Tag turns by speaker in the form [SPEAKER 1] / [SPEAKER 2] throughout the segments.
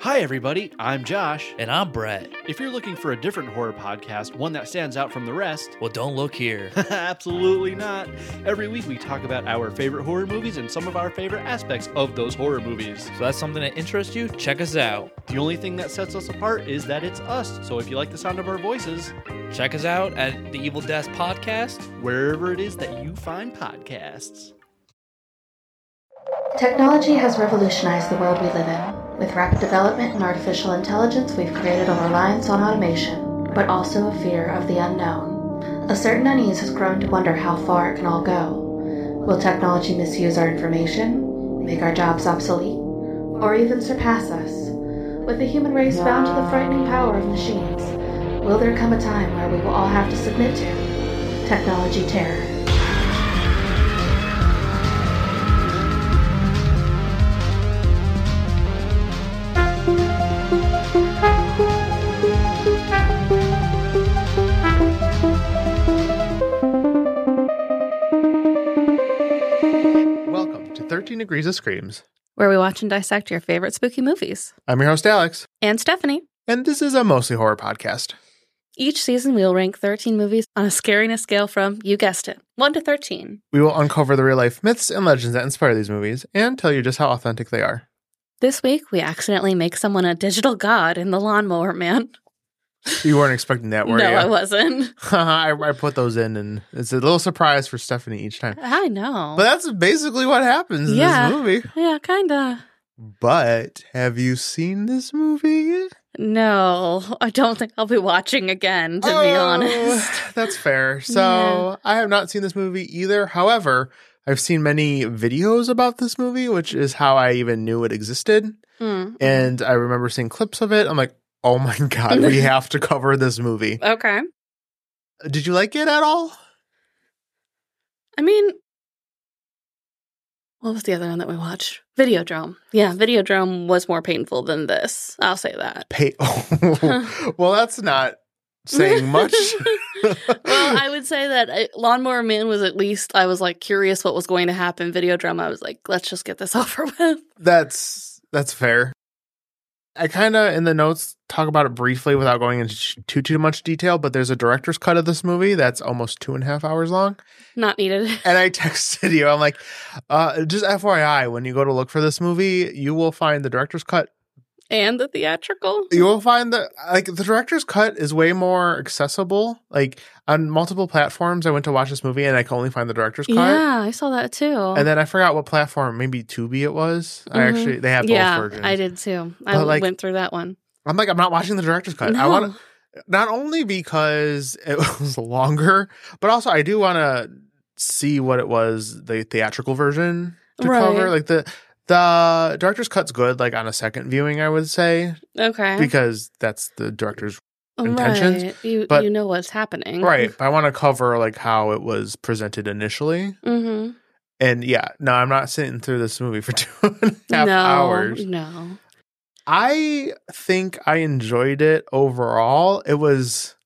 [SPEAKER 1] Hi, everybody. I'm Josh.
[SPEAKER 2] And I'm Brett.
[SPEAKER 1] If you're looking for a different horror podcast, one that stands out from the rest,
[SPEAKER 2] Well, don't look here.
[SPEAKER 1] absolutely not. Every week we talk about our favorite horror movies and some of our favorite aspects of those horror movies.
[SPEAKER 2] So that's something that interests you? Check us out.
[SPEAKER 1] The only thing that sets us apart is that it's us. So if you like the sound of our voices,
[SPEAKER 2] Check us out at the Evil Desk Podcast.
[SPEAKER 1] wherever it is that you find podcasts.
[SPEAKER 3] Technology has revolutionized the world we live in. With rapid development in artificial intelligence, we've created a reliance on automation, but also a fear of the unknown. A certain unease has grown to wonder how far it can all go. Will technology misuse our information, make our jobs obsolete, or even surpass us? With the human race bound to the frightening power of machines, will there come a time where we will all have to submit to technology terror?
[SPEAKER 4] Welcome to 13 Degrees of Screams.
[SPEAKER 5] where we watch and dissect your favorite spooky movies.
[SPEAKER 4] I'm your host, Alex,
[SPEAKER 5] And Stephanie.
[SPEAKER 4] and this is a mostly horror podcast.
[SPEAKER 5] Each season, we will rank 13 movies on a scariness scale from, you guessed it, 1 to 13.
[SPEAKER 4] We will uncover the real life myths and legends that inspire these movies and tell you just how authentic they are.
[SPEAKER 5] This week, we accidentally make someone a digital god in The Lawnmower Man.
[SPEAKER 4] You weren't expecting that, were
[SPEAKER 5] no,
[SPEAKER 4] you?
[SPEAKER 5] I wasn't.
[SPEAKER 4] I, I put those in, and it's a little surprise for Stephanie each time.
[SPEAKER 5] I know.
[SPEAKER 4] But that's basically what happens in
[SPEAKER 5] Yeah.
[SPEAKER 4] this movie.
[SPEAKER 5] yeah, kinda.
[SPEAKER 4] But have you seen this movie?
[SPEAKER 5] No, I don't think I'll be watching again, to be
[SPEAKER 4] Oh,
[SPEAKER 5] honest.
[SPEAKER 4] That's fair. So
[SPEAKER 5] Yeah.
[SPEAKER 4] I have not seen this movie either. However, I've seen many videos about this movie, which is how I even knew it existed.
[SPEAKER 5] Hmm.
[SPEAKER 4] And I remember seeing clips of it. I'm like, oh my God, we have to cover this movie.
[SPEAKER 5] Okay.
[SPEAKER 4] Did you like it at all?
[SPEAKER 5] I mean, what was the other one that we watched? Videodrome. Yeah, Videodrome was more painful than this. I'll say that.
[SPEAKER 4] Pay- well, that's not saying much.
[SPEAKER 5] well, I would say that I, Lawnmower Man was at least I was like curious what was going to happen. Video drama, I was like, let's just get this over with.
[SPEAKER 4] that's that's fair. I kind of in the notes talk about it briefly without going into sh- too too much detail, but there's a director's cut of this movie that's almost two and a half hours long.
[SPEAKER 5] Not needed.
[SPEAKER 4] And I texted you, I'm like, uh, just FYI, when you go to look for this movie, you will find the director's cut
[SPEAKER 5] And the theatrical.
[SPEAKER 4] you will find that like the director's cut is way more accessible. Like on multiple platforms, I went to watch this movie and I could only find the director's cut.
[SPEAKER 5] Yeah, I saw that too.
[SPEAKER 4] And then I forgot what platform, maybe Tubi it was. I
[SPEAKER 5] Mhm.
[SPEAKER 4] actually they have both
[SPEAKER 5] yeah,
[SPEAKER 4] versions.
[SPEAKER 5] I did too. I
[SPEAKER 4] But, like,
[SPEAKER 5] went through that one.
[SPEAKER 4] I'm like, I'm not watching the director's cut. I want to not only because it was longer, but also I do want to see what it was the theatrical version to
[SPEAKER 5] Right.
[SPEAKER 4] cover. Like the the director's cut's good, like on a second viewing, I would say,
[SPEAKER 5] No. okay.
[SPEAKER 4] because that's the director's intentions,
[SPEAKER 5] right. You
[SPEAKER 4] but-
[SPEAKER 5] you know what's happening.
[SPEAKER 4] Right. But I want to cover like how it was presented initially.
[SPEAKER 5] Mm-hmm.
[SPEAKER 4] And yeah, no, I'm not sitting through this movie for two and a half
[SPEAKER 5] no,
[SPEAKER 4] hours.
[SPEAKER 5] No.
[SPEAKER 4] I think I enjoyed it overall. It was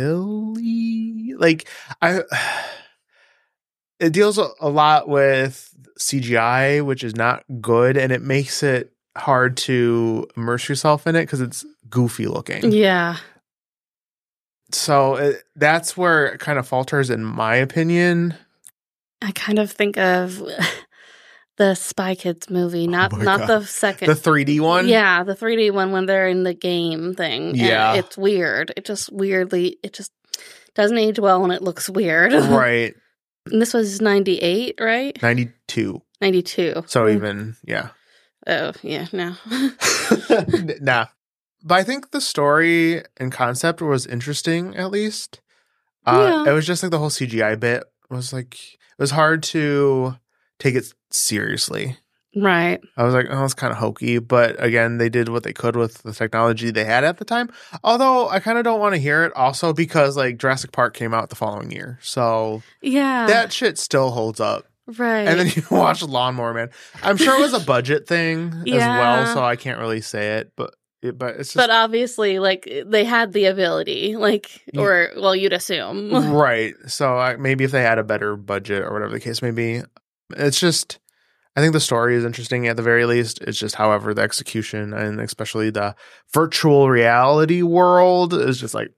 [SPEAKER 4] silly. Like I it deals a a lot with CGI, which is not good, and it makes it hard to immerse yourself in it because it's goofy looking.
[SPEAKER 5] Yeah.
[SPEAKER 4] so it, that's where it kind of falters in my opinion
[SPEAKER 5] I kind of think of the Spy Kids movie,
[SPEAKER 4] Oh
[SPEAKER 5] not
[SPEAKER 4] my
[SPEAKER 5] not
[SPEAKER 4] God.
[SPEAKER 5] the second
[SPEAKER 4] the 3d one
[SPEAKER 5] Yeah, the 3D one when they're in the game thing. And
[SPEAKER 4] Yeah.
[SPEAKER 5] it's weird. It just weirdly, it just doesn't age well and it looks weird.
[SPEAKER 4] right
[SPEAKER 5] and this was 98, right?
[SPEAKER 4] 92
[SPEAKER 5] 92.
[SPEAKER 4] so
[SPEAKER 5] Mm.
[SPEAKER 4] even yeah
[SPEAKER 5] Oh, yeah, no.
[SPEAKER 4] N- nah but i think the story and concept was interesting at least uh
[SPEAKER 5] Yeah.
[SPEAKER 4] it was just like the whole cgi bit was like it was hard to take it seriously
[SPEAKER 5] right.
[SPEAKER 4] I was like, oh, it's kind of hokey. But again, they did what they could with the technology they had at the time. Although I kind of don't want to hear it also because like Jurassic Park came out the following year. So
[SPEAKER 5] Yeah.
[SPEAKER 4] that shit still holds up.
[SPEAKER 5] right.
[SPEAKER 4] And then you watch Lawnmower Man. I'm sure it was a budget thing as well.
[SPEAKER 5] Yeah.
[SPEAKER 4] So I can't really say it. But it, but it's just
[SPEAKER 5] but obviously, like, they had the ability, like,
[SPEAKER 4] You-
[SPEAKER 5] or, well, you'd assume.
[SPEAKER 4] right. So I, maybe if they had a better budget or whatever the case may be, it's just. I I think the story is interesting at the very least. It's just, however, the execution and especially the virtual reality world is just like,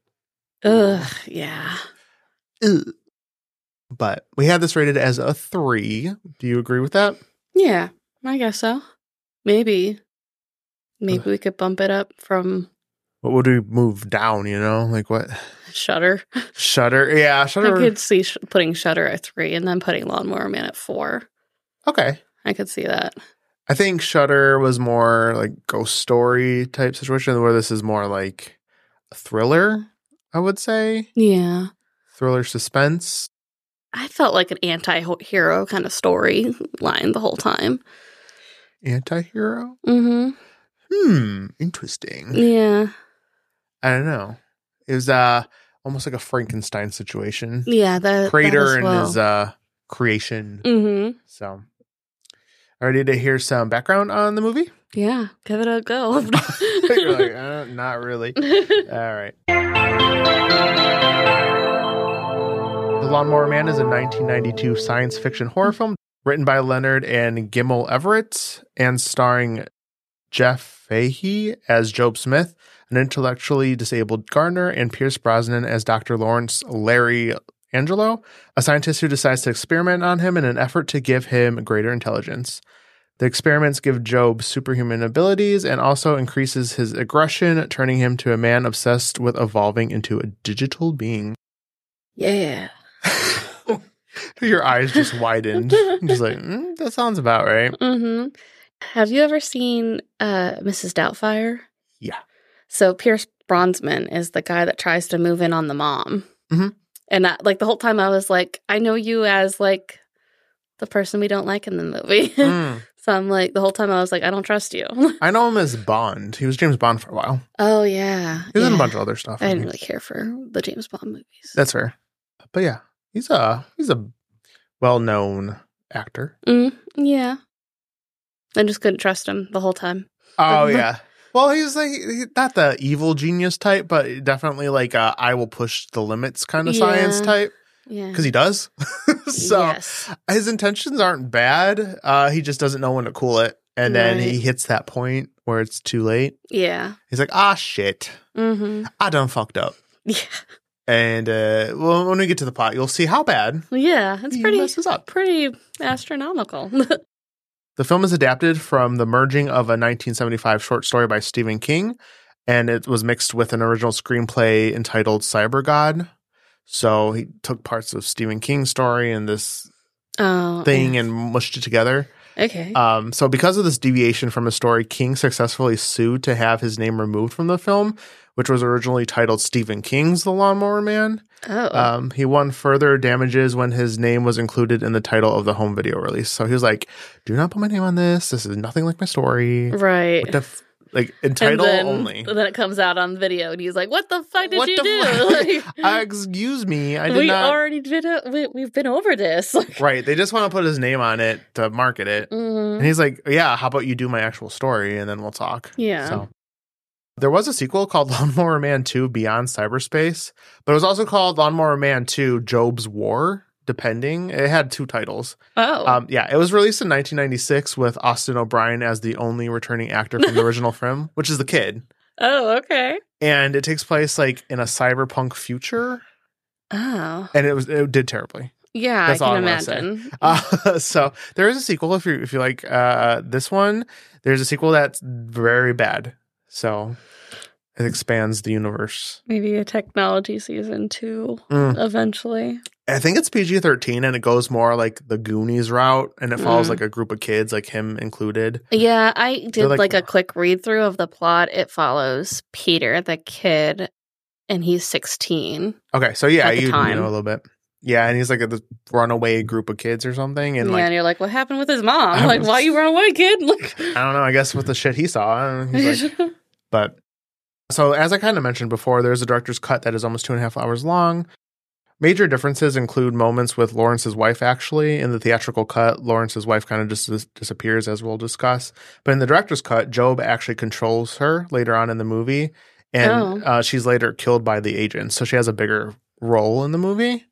[SPEAKER 5] Ugh, yeah.
[SPEAKER 4] Ugh. But we had this rated as a three. Do you agree with that?
[SPEAKER 5] Yeah, I guess so. Maybe. Maybe we could bump it up from
[SPEAKER 4] What would we move down? You know, like what?
[SPEAKER 5] Shutter.
[SPEAKER 4] Shutter. Yeah,
[SPEAKER 5] I
[SPEAKER 4] Shutter.
[SPEAKER 5] could see sh- putting Shutter at three and then putting Lawnmower Man at four.
[SPEAKER 4] Okay.
[SPEAKER 5] I could see that.
[SPEAKER 4] I think Shutter was more like ghost story type situation, where this is more like a thriller. I would say
[SPEAKER 5] Yeah.
[SPEAKER 4] thriller suspense.
[SPEAKER 5] I felt like an anti hero kind of story line the whole time.
[SPEAKER 4] Anti-hero?
[SPEAKER 5] hmm
[SPEAKER 4] Hmm, interesting.
[SPEAKER 5] Yeah.
[SPEAKER 4] I don't know. It was uh almost like a Frankenstein situation.
[SPEAKER 5] Yeah. That
[SPEAKER 4] Crater
[SPEAKER 5] that as
[SPEAKER 4] and
[SPEAKER 5] well.
[SPEAKER 4] his uh creation.
[SPEAKER 5] Mm-hmm.
[SPEAKER 4] So I ready to hear some background on the movie?
[SPEAKER 5] Yeah. Give it a go.
[SPEAKER 4] You're like, uh, not really. All right. The Lawnmower Man is a 1992 science fiction horror film written by Leonard and Gimel Everett and starring Jeff Fahey as Job Smith, an intellectually disabled gardener, and Pierce Brosnan as Dr. Lawrence Larry Angelo, a scientist who decides to experiment on him in an effort to give him greater intelligence. The experiments give Job superhuman abilities and also increases his aggression, turning him to a man obsessed with evolving into a digital being.
[SPEAKER 5] yeah.
[SPEAKER 4] Your eyes just widened. just like, mm, that sounds about right.
[SPEAKER 5] hmm Have you ever seen uh, Mrs. Doubtfire?
[SPEAKER 4] Yeah.
[SPEAKER 5] So Pierce Bronsman is the guy that tries to move in on the mom.
[SPEAKER 4] Mhm.
[SPEAKER 5] And I, like the whole time, I was like, I know you as like the person we don't like in the movie.
[SPEAKER 4] Mm.
[SPEAKER 5] so I'm like, the whole time, I was like, I don't trust you.
[SPEAKER 4] I know him as Bond. He was James Bond for a while.
[SPEAKER 5] oh yeah,
[SPEAKER 4] He was in
[SPEAKER 5] Yeah.
[SPEAKER 4] a bunch of other stuff.
[SPEAKER 5] I
[SPEAKER 4] I
[SPEAKER 5] didn't
[SPEAKER 4] think.
[SPEAKER 5] really care for the James Bond movies.
[SPEAKER 4] That's fair. But yeah, he's a he's a well known actor.
[SPEAKER 5] mm, yeah. I just couldn't trust him the whole time.
[SPEAKER 4] Oh yeah. Well, he's like he- not the evil genius type, but definitely like a, I will push the limits kind of science
[SPEAKER 5] Yeah.
[SPEAKER 4] type
[SPEAKER 5] Yeah.
[SPEAKER 4] because he does. so
[SPEAKER 5] yes.
[SPEAKER 4] his intentions aren't bad. Uh, he just doesn't know when to cool it, and then
[SPEAKER 5] Right.
[SPEAKER 4] he hits that point where it's too late.
[SPEAKER 5] Yeah.
[SPEAKER 4] He's like, ah, shit,
[SPEAKER 5] Mm-hmm.
[SPEAKER 4] I done fucked up.
[SPEAKER 5] Yeah.
[SPEAKER 4] And uh, well, when we get to the plot, you'll see how bad
[SPEAKER 5] Yeah. It's
[SPEAKER 4] he
[SPEAKER 5] pretty.
[SPEAKER 4] messes up.
[SPEAKER 5] pretty astronomical.
[SPEAKER 4] The film is adapted from the merging of a 1975 short story by Stephen King, and it was mixed with an original screenplay entitled Cyber God. So he took parts of Stephen King's story and this
[SPEAKER 5] oh,
[SPEAKER 4] thing and mushed it together.
[SPEAKER 5] Okay.
[SPEAKER 4] Um, so, because of this deviation from the story, King successfully sued to have his name removed from the film, which was originally titled Stephen King's The Lawnmower Man.
[SPEAKER 5] oh,
[SPEAKER 4] Um, he won further damages when his name was included in the title of the home video release. So he was like, "Do not put my name on this. This is nothing like my story.
[SPEAKER 5] right.
[SPEAKER 4] What the f- like in title
[SPEAKER 5] then,
[SPEAKER 4] only."
[SPEAKER 5] Then it comes out on video, and he's like, "What the fuck did
[SPEAKER 4] What
[SPEAKER 5] you
[SPEAKER 4] the
[SPEAKER 5] do?"
[SPEAKER 4] fuck?
[SPEAKER 5] Like,
[SPEAKER 4] Uh, excuse me, I did
[SPEAKER 5] we
[SPEAKER 4] not.
[SPEAKER 5] already did it. We, we've been over this. Like,
[SPEAKER 4] right, they just want to put his name on it to market it.
[SPEAKER 5] mhm.
[SPEAKER 4] And he's like, "Yeah, how about you do my actual story and then we'll talk."
[SPEAKER 5] Yeah.
[SPEAKER 4] So there was a sequel called Lawnmower Man 2 Beyond Cyberspace, but it was also called Lawnmower Man 2 Job's War, depending. It had two titles.
[SPEAKER 5] Oh,
[SPEAKER 4] Um, yeah, it was released in 1996 with Austin O'Brien as the only returning actor from the original film, which is the kid.
[SPEAKER 5] oh, okay.
[SPEAKER 4] And it takes place like in a cyberpunk future,
[SPEAKER 5] Oh,
[SPEAKER 4] and it was it did terribly.
[SPEAKER 5] yeah.
[SPEAKER 4] That's
[SPEAKER 5] I
[SPEAKER 4] all
[SPEAKER 5] can
[SPEAKER 4] I'm gonna say.
[SPEAKER 5] imagine.
[SPEAKER 4] Uh, so there is a sequel if you if you like uh, this one. There's a sequel that's very bad. So it expands the universe.
[SPEAKER 5] Maybe a technology season two
[SPEAKER 4] Mm.
[SPEAKER 5] eventually.
[SPEAKER 4] I think it's PG thirteen, and it goes more like the Goonies route, and it follows
[SPEAKER 5] Mm.
[SPEAKER 4] like a group of kids, like him included.
[SPEAKER 5] Yeah, I did
[SPEAKER 4] They're
[SPEAKER 5] like,
[SPEAKER 4] like-
[SPEAKER 5] a quick read through of the plot. It follows Peter, the kid, and he's sixteen.
[SPEAKER 4] Okay, so yeah,
[SPEAKER 5] At the
[SPEAKER 4] you, you
[SPEAKER 5] time.
[SPEAKER 4] know a little bit. Yeah, and he's like a the runaway group of kids or something, and
[SPEAKER 5] yeah,
[SPEAKER 4] like
[SPEAKER 5] and you're like, what happened with his mom?
[SPEAKER 4] I
[SPEAKER 5] like,
[SPEAKER 4] was-
[SPEAKER 5] why you run away, kid? Like,
[SPEAKER 4] I don't know. I guess with the shit he saw, and he's like, but so as I kind of mentioned before, there's a director's cut that is almost two and a half hours long. Major differences include moments with Lawrence's wife. Actually, in the theatrical cut, Lawrence's wife kind of just dis- disappears, as we'll discuss. But in the director's cut, Job actually controls her later on in the movie, and
[SPEAKER 5] Oh.
[SPEAKER 4] uh, she's later killed by the agent. So she has a bigger role in the movie.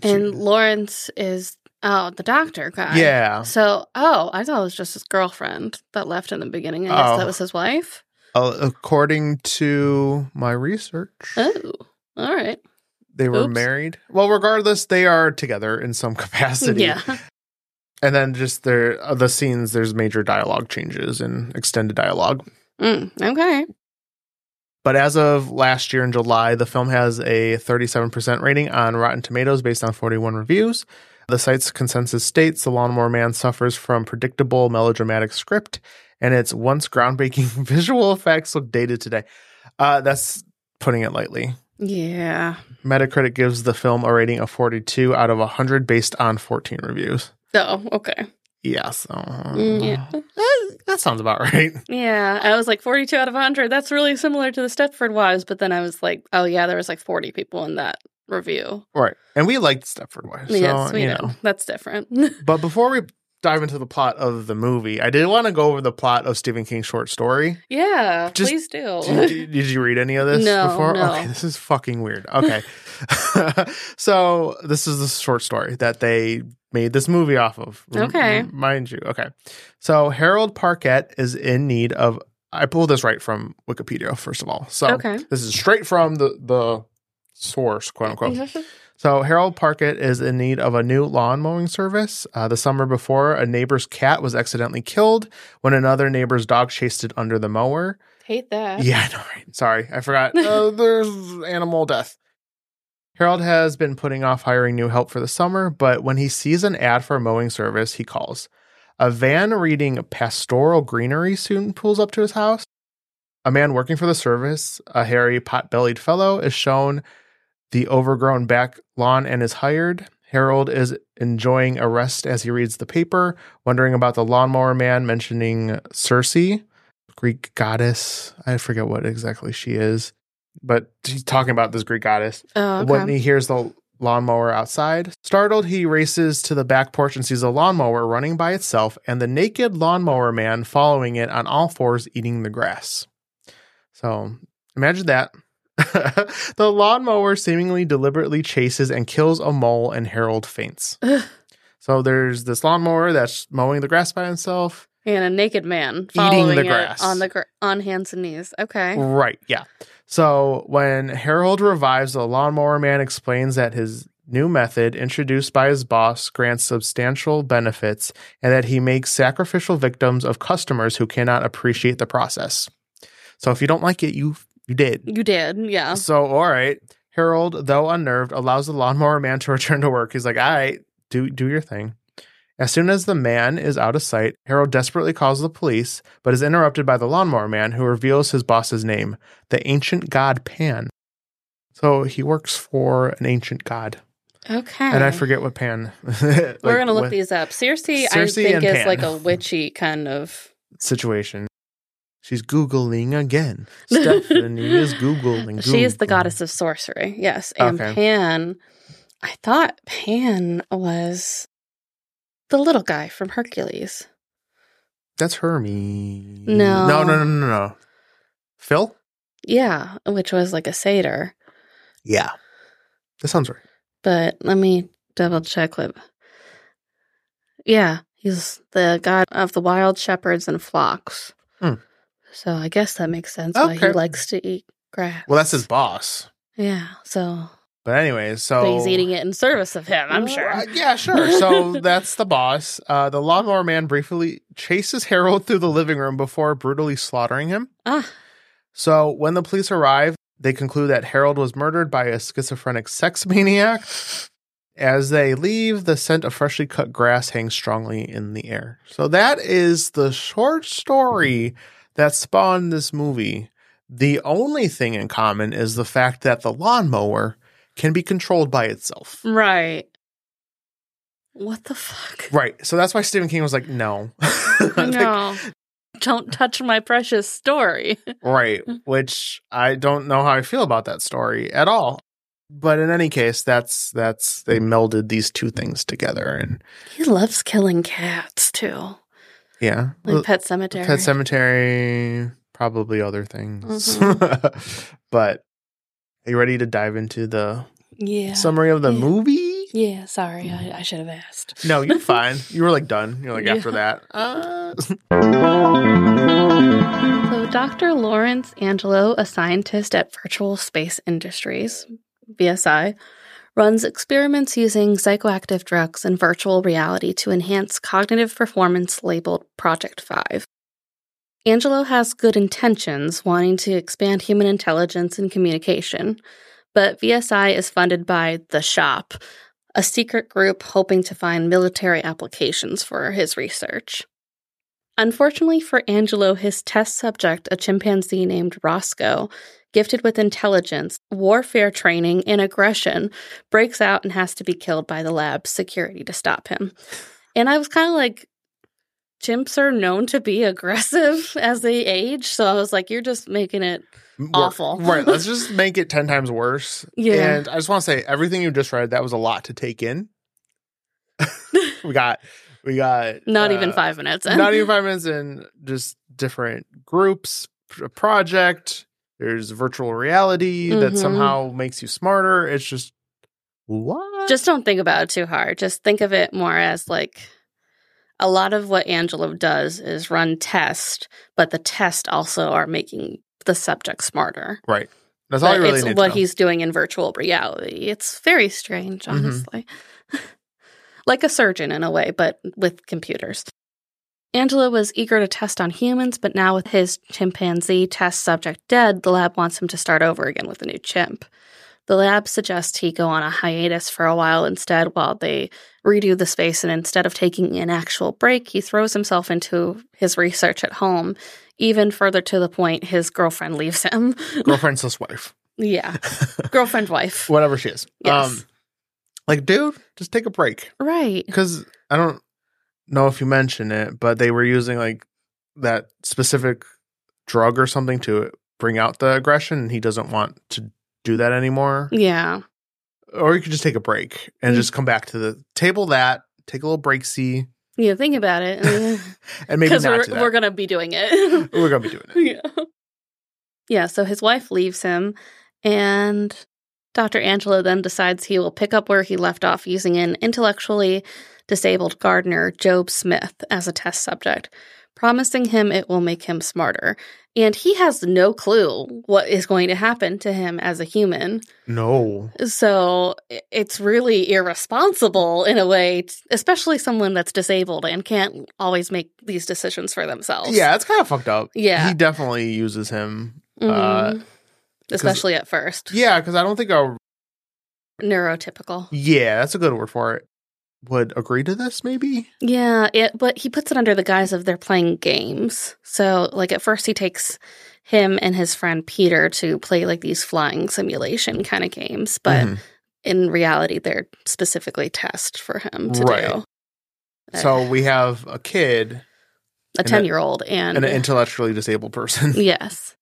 [SPEAKER 4] She-
[SPEAKER 5] and Lawrence is Oh, the doctor guy.
[SPEAKER 4] Yeah.
[SPEAKER 5] So, oh, I thought it was just his girlfriend that left in the beginning. I guess
[SPEAKER 4] Oh.
[SPEAKER 5] that was his wife.
[SPEAKER 4] Uh, according to my research,
[SPEAKER 5] Oh, all right.
[SPEAKER 4] they were
[SPEAKER 5] oops.
[SPEAKER 4] married. Well, regardless, they are together in some capacity.
[SPEAKER 5] Yeah.
[SPEAKER 4] And then just their uh, the scenes, there's major dialogue changes and extended dialogue.
[SPEAKER 5] Mm, okay.
[SPEAKER 4] But as of last year in July, the film has a 37% rating on Rotten Tomatoes based on 41 reviews. The site's consensus states The Lawnmower Man suffers from predictable melodramatic script, and its once groundbreaking visual effects look dated today. Uh, that's putting it lightly.
[SPEAKER 5] Yeah.
[SPEAKER 4] Metacritic gives the film a rating of 42 out of 100 based on 14 reviews.
[SPEAKER 5] Oh, okay.
[SPEAKER 4] Yes. Uh,
[SPEAKER 5] Mm, yeah.
[SPEAKER 4] eh, That sounds about right.
[SPEAKER 5] Yeah. I was like 42 out of 100. That's really similar to the Stepford Wives. But then I was like, oh, yeah, there was like 40 people in that review.
[SPEAKER 4] Right. And we liked Stepford Wives. So,
[SPEAKER 5] yes, we
[SPEAKER 4] you
[SPEAKER 5] know.
[SPEAKER 4] know.
[SPEAKER 5] That's different.
[SPEAKER 4] But before we dive into the plot of the movie, I did want to go over the plot of Stephen King's short story.
[SPEAKER 5] yeah.
[SPEAKER 4] Just-
[SPEAKER 5] please do.
[SPEAKER 4] Did, did- did you read any of this
[SPEAKER 5] No,
[SPEAKER 4] before?
[SPEAKER 5] no.
[SPEAKER 4] Okay, this is fucking weird. Okay. so, this is the short story that they made this movie off of. M-
[SPEAKER 5] Okay.
[SPEAKER 4] m- Mind you. Okay. So, Harold Parkett is in need of. I pulled this right from Wikipedia, first of all. So,
[SPEAKER 5] okay.
[SPEAKER 4] this is straight from the, the source, quote unquote.
[SPEAKER 5] Mm-hmm.
[SPEAKER 4] So Harold Parkett is in need of a new lawn mowing service. Uh, the summer before, a neighbor's cat was accidentally killed when another neighbor's dog chased it under the mower.
[SPEAKER 5] Hate that.
[SPEAKER 4] Yeah, I know, right? Sorry, I forgot. Uh, there's animal death. Harold has been putting off hiring new help for the summer, but when he sees an ad for a mowing service, he calls. A van reading Pastoral Greenery soon pulls up to his house. A man working for the service, a hairy, pot bellied fellow, is shown the overgrown back lawn and is hired. Harold is enjoying a rest as he reads the paper, wondering about the lawnmower man mentioning Circe. Greek goddess. I forget what exactly she is, but he's talking about this Greek goddess.
[SPEAKER 5] Oh, okay.
[SPEAKER 4] When he hears the lawnmower outside, startled, he races to the back porch and sees a lawnmower running by itself and the naked lawnmower man following it on all fours eating the grass. So imagine that. the lawnmower seemingly deliberately chases and kills a mole, and Harold faints.
[SPEAKER 5] Ugh.
[SPEAKER 4] so there's this lawnmower that's mowing the grass by himself.
[SPEAKER 5] and a naked man
[SPEAKER 4] the
[SPEAKER 5] following it
[SPEAKER 4] grass. Mm.
[SPEAKER 5] on the gr- on hands and knees. Okay.
[SPEAKER 4] Right. Yeah. So when Harold revives, the lawnmower man explains that his new method, introduced by his boss, grants substantial benefits and that he makes sacrificial victims of customers who cannot appreciate the process. So if you don't like it, you you did.
[SPEAKER 5] You did, yeah.
[SPEAKER 4] So all right. Harold, though unnerved, allows the lawnmower man to return to work. He's like, "All right, do do your thing." As soon as the man is out of sight, Harold desperately calls the police, but is interrupted by the lawnmower man, who reveals his boss's name, the ancient god Pan. So he works for an ancient god,
[SPEAKER 5] Okay.
[SPEAKER 4] and I forget what Pan. like,
[SPEAKER 5] Hmm. We're gonna look
[SPEAKER 4] what
[SPEAKER 5] these up. Circe, I
[SPEAKER 4] Circe
[SPEAKER 5] think,
[SPEAKER 4] and
[SPEAKER 5] is
[SPEAKER 4] Pan.
[SPEAKER 5] like a witchy kind of.
[SPEAKER 4] situation. She's googling again. Stephanie is googling.
[SPEAKER 5] She is the
[SPEAKER 4] Googling.
[SPEAKER 5] goddess of sorcery. Yes, and
[SPEAKER 4] Okay.
[SPEAKER 5] Pan. I thought Pan was the little guy from Hercules.
[SPEAKER 4] That's Hermes.
[SPEAKER 5] No.
[SPEAKER 4] no, no, no, no, no. Phil.
[SPEAKER 5] Yeah, which was like a satyr.
[SPEAKER 4] Yeah, that sounds right.
[SPEAKER 5] But let me double check what. Yeah, he's the god of the wild shepherds and flocks.
[SPEAKER 4] Hmm.
[SPEAKER 5] So I guess that makes sense why he
[SPEAKER 4] Okay.
[SPEAKER 5] likes to eat grass.
[SPEAKER 4] Well, that's his boss.
[SPEAKER 5] Yeah, so
[SPEAKER 4] But anyways, so
[SPEAKER 5] but he's eating it in service of him, I'm sure.
[SPEAKER 4] Uh, yeah, sure. So that's the boss. Uh, the lawnmower man briefly chases Harold through the living room before brutally slaughtering him.
[SPEAKER 5] ah,
[SPEAKER 4] So when the police arrive, they conclude that Harold was murdered by a schizophrenic sex maniac. As they leave, the scent of freshly cut grass hangs strongly in the air. So that is the short story that spawned this movie. The only thing in common is the fact that the lawnmower can be controlled by itself.
[SPEAKER 5] Mm. right. What the fuck?
[SPEAKER 4] Right. So that's why Stephen King was like, no. Like,
[SPEAKER 5] No. Don't touch my precious story.
[SPEAKER 4] right.
[SPEAKER 5] Mm.
[SPEAKER 4] Which I don't know how I feel about that story at all. But in any case, that's that's they melded these two things together and
[SPEAKER 5] He loves killing cats too.
[SPEAKER 4] yeah.
[SPEAKER 5] Like
[SPEAKER 4] Well,
[SPEAKER 5] Pet Cemetery.
[SPEAKER 4] Pet Cemetery, probably other things.
[SPEAKER 5] Mm-hmm.
[SPEAKER 4] but are you ready to dive into the
[SPEAKER 5] Yeah.
[SPEAKER 4] summary of the
[SPEAKER 5] Yeah.
[SPEAKER 4] movie?
[SPEAKER 5] Yeah, sorry,
[SPEAKER 4] Mm-hmm.
[SPEAKER 5] I, I should have asked.
[SPEAKER 4] No, you're fine. You were like done. You're like
[SPEAKER 5] Yeah.
[SPEAKER 4] after that. Uh,
[SPEAKER 5] So, Dr. Lawrence Angelo, a scientist at Virtual Space Industries, VSI, runs experiments using psychoactive drugs and virtual reality to enhance cognitive performance labeled Project 5. Angelo has good intentions, wanting to expand human intelligence and communication, but VSI is funded by The Shop, a secret group hoping to find military applications for his research. Unfortunately for Angelo, his test subject, a chimpanzee named Roscoe, gifted with intelligence, warfare training, and aggression, breaks out and has to be killed by the lab's security to stop him. And I was kind of like, chimps are known to be aggressive as they age. So I was like, you're just making it.
[SPEAKER 4] wor-
[SPEAKER 5] Awful.
[SPEAKER 4] right. Let's just make it 10 times worse.
[SPEAKER 5] Yeah.
[SPEAKER 4] And I just want to say everything you just read, that was a lot to take in. we got, we got
[SPEAKER 5] Not even
[SPEAKER 4] uh,
[SPEAKER 5] five minutes. in.
[SPEAKER 4] Not even five minutes in, just different groups, a project. There's virtual reality that
[SPEAKER 5] Mhm.
[SPEAKER 4] somehow makes you smarter. It's just what?
[SPEAKER 5] just don't think about it too hard. Just think of it more as like a lot of what Angelo does is run tests, but the tests also are making the subject smarter.
[SPEAKER 4] right. That's all
[SPEAKER 5] But
[SPEAKER 4] you really
[SPEAKER 5] it's
[SPEAKER 4] need.
[SPEAKER 5] what
[SPEAKER 4] to know.
[SPEAKER 5] he's doing in virtual reality. It's very strange,
[SPEAKER 4] Mhm.
[SPEAKER 5] honestly. like a surgeon in a way, but with computers. Angela was eager to test on humans, but now with his chimpanzee test subject dead, the lab wants him to start over again with a new chimp. The lab suggests he go on a hiatus for a while instead while they redo the space, and instead of taking an actual break, he throws himself into his research at home. Even further to the point, his girlfriend leaves him.
[SPEAKER 4] girlfriend's his wife,
[SPEAKER 5] Yeah. Girlfriend, wife.
[SPEAKER 4] whatever she is. Um,
[SPEAKER 5] Yes.
[SPEAKER 4] like dude, just take a break
[SPEAKER 5] Right.
[SPEAKER 4] because I don't know if you mentioned it, but they were using like that specific drug or something to bring out the aggression, and he doesn't want to do that anymore.
[SPEAKER 5] Yeah.
[SPEAKER 4] or you could just take a break and
[SPEAKER 5] Mm.
[SPEAKER 4] just come back to the table that take a little break see
[SPEAKER 5] Yeah. Think about it.
[SPEAKER 4] and maybe
[SPEAKER 5] Because
[SPEAKER 4] not
[SPEAKER 5] we're,
[SPEAKER 4] do that.
[SPEAKER 5] we're going to be doing it.
[SPEAKER 4] We're gonna be doing it
[SPEAKER 5] yeah. Yeah. So his wife leaves him, and Dr. Angelo then decides he will pick up where he left off using an intellectually disabled gardener, Job Smith, as a test subject, promising him it will make him smarter. And he has no clue what is going to happen to him as a human.
[SPEAKER 4] no
[SPEAKER 5] So i- it's really irresponsible in a way, t- especially someone that's disabled and can't always make these decisions for themselves.
[SPEAKER 4] yeah it's kind of fucked up
[SPEAKER 5] Yeah.
[SPEAKER 4] he definitely uses him
[SPEAKER 5] Mhm.
[SPEAKER 4] uh,
[SPEAKER 5] especially at first.
[SPEAKER 4] yeah because i don't think i
[SPEAKER 5] Neurotypical.
[SPEAKER 4] yeah that's a good word for it would agree to this maybe
[SPEAKER 5] Yeah, it, but he puts it under the guise of they're playing games. So, like, at first, he takes him and his friend Peter to play like these flying simulation kind of games, but
[SPEAKER 4] Mhm.
[SPEAKER 5] in reality, they're specifically tests for him to
[SPEAKER 4] Right.
[SPEAKER 5] do. uh,
[SPEAKER 4] so we have a kid
[SPEAKER 5] a 10 year old and. uh,
[SPEAKER 4] and an intellectually disabled person
[SPEAKER 5] Yes.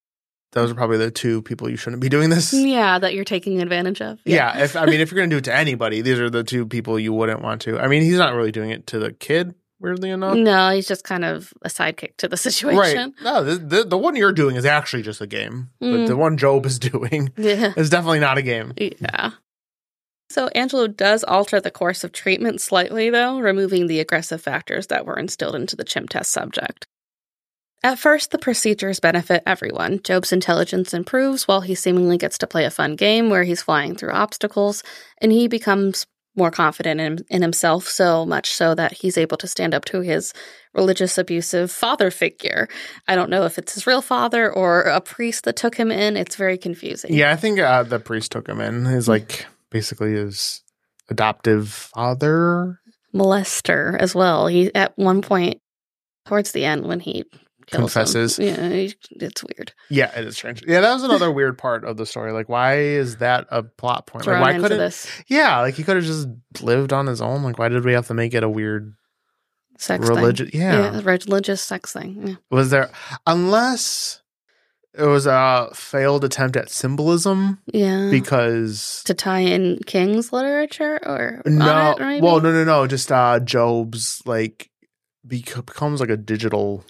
[SPEAKER 4] those are probably the two people you shouldn't be doing this
[SPEAKER 5] Yeah, that you're taking advantage of.
[SPEAKER 4] yeah if i mean if you're gonna do it to anybody these are the two people you wouldn't want to i mean he's not really doing it to the kid weirdly enough
[SPEAKER 5] No, he's just kind of a sidekick to the
[SPEAKER 4] Right.
[SPEAKER 5] situation.
[SPEAKER 4] No, the, the the one you're doing is actually just a game, but
[SPEAKER 5] Mm.
[SPEAKER 4] the one Job is doing
[SPEAKER 5] Yeah.
[SPEAKER 4] is definitely not a game.
[SPEAKER 5] Yeah. So Angelo does alter the course of treatment slightly, though, removing the aggressive factors that were instilled into the chimp test subject. At first, the procedures benefit everyone. Job's intelligence improves while he seemingly gets to play a fun game where he's flying through obstacles, and he becomes more confident in, in himself, so much so that he's able to stand up to his religious abusive father figure. I don't know if it's his real father or a priest that took him in. It's very confusing.
[SPEAKER 4] Yeah, I think uh, the priest took him in. He's like basically his adoptive father.
[SPEAKER 5] molester as well. He at one point towards the end when he kills him.
[SPEAKER 4] Confesses.
[SPEAKER 5] Yeah, he- it's weird.
[SPEAKER 4] Yeah, it is strange. Yeah, that was another weird part of the story. Like, why is that a plot point?
[SPEAKER 5] Drawn
[SPEAKER 4] Like, why
[SPEAKER 5] into
[SPEAKER 4] couldn't?
[SPEAKER 5] this
[SPEAKER 4] Yeah, like he could have just lived on his own. Like, why did we have to make it a weird
[SPEAKER 5] sex
[SPEAKER 4] religious?
[SPEAKER 5] thing.
[SPEAKER 4] Yeah.
[SPEAKER 5] religious sex thing. Yeah.
[SPEAKER 4] was there unless it was a failed attempt at symbolism
[SPEAKER 5] Yeah.
[SPEAKER 4] because
[SPEAKER 5] Mm. to tie in King's literature or on
[SPEAKER 4] No,
[SPEAKER 5] it, maybe?
[SPEAKER 4] well, no, no, no. Just uh, Job's like bec- becomes like a digital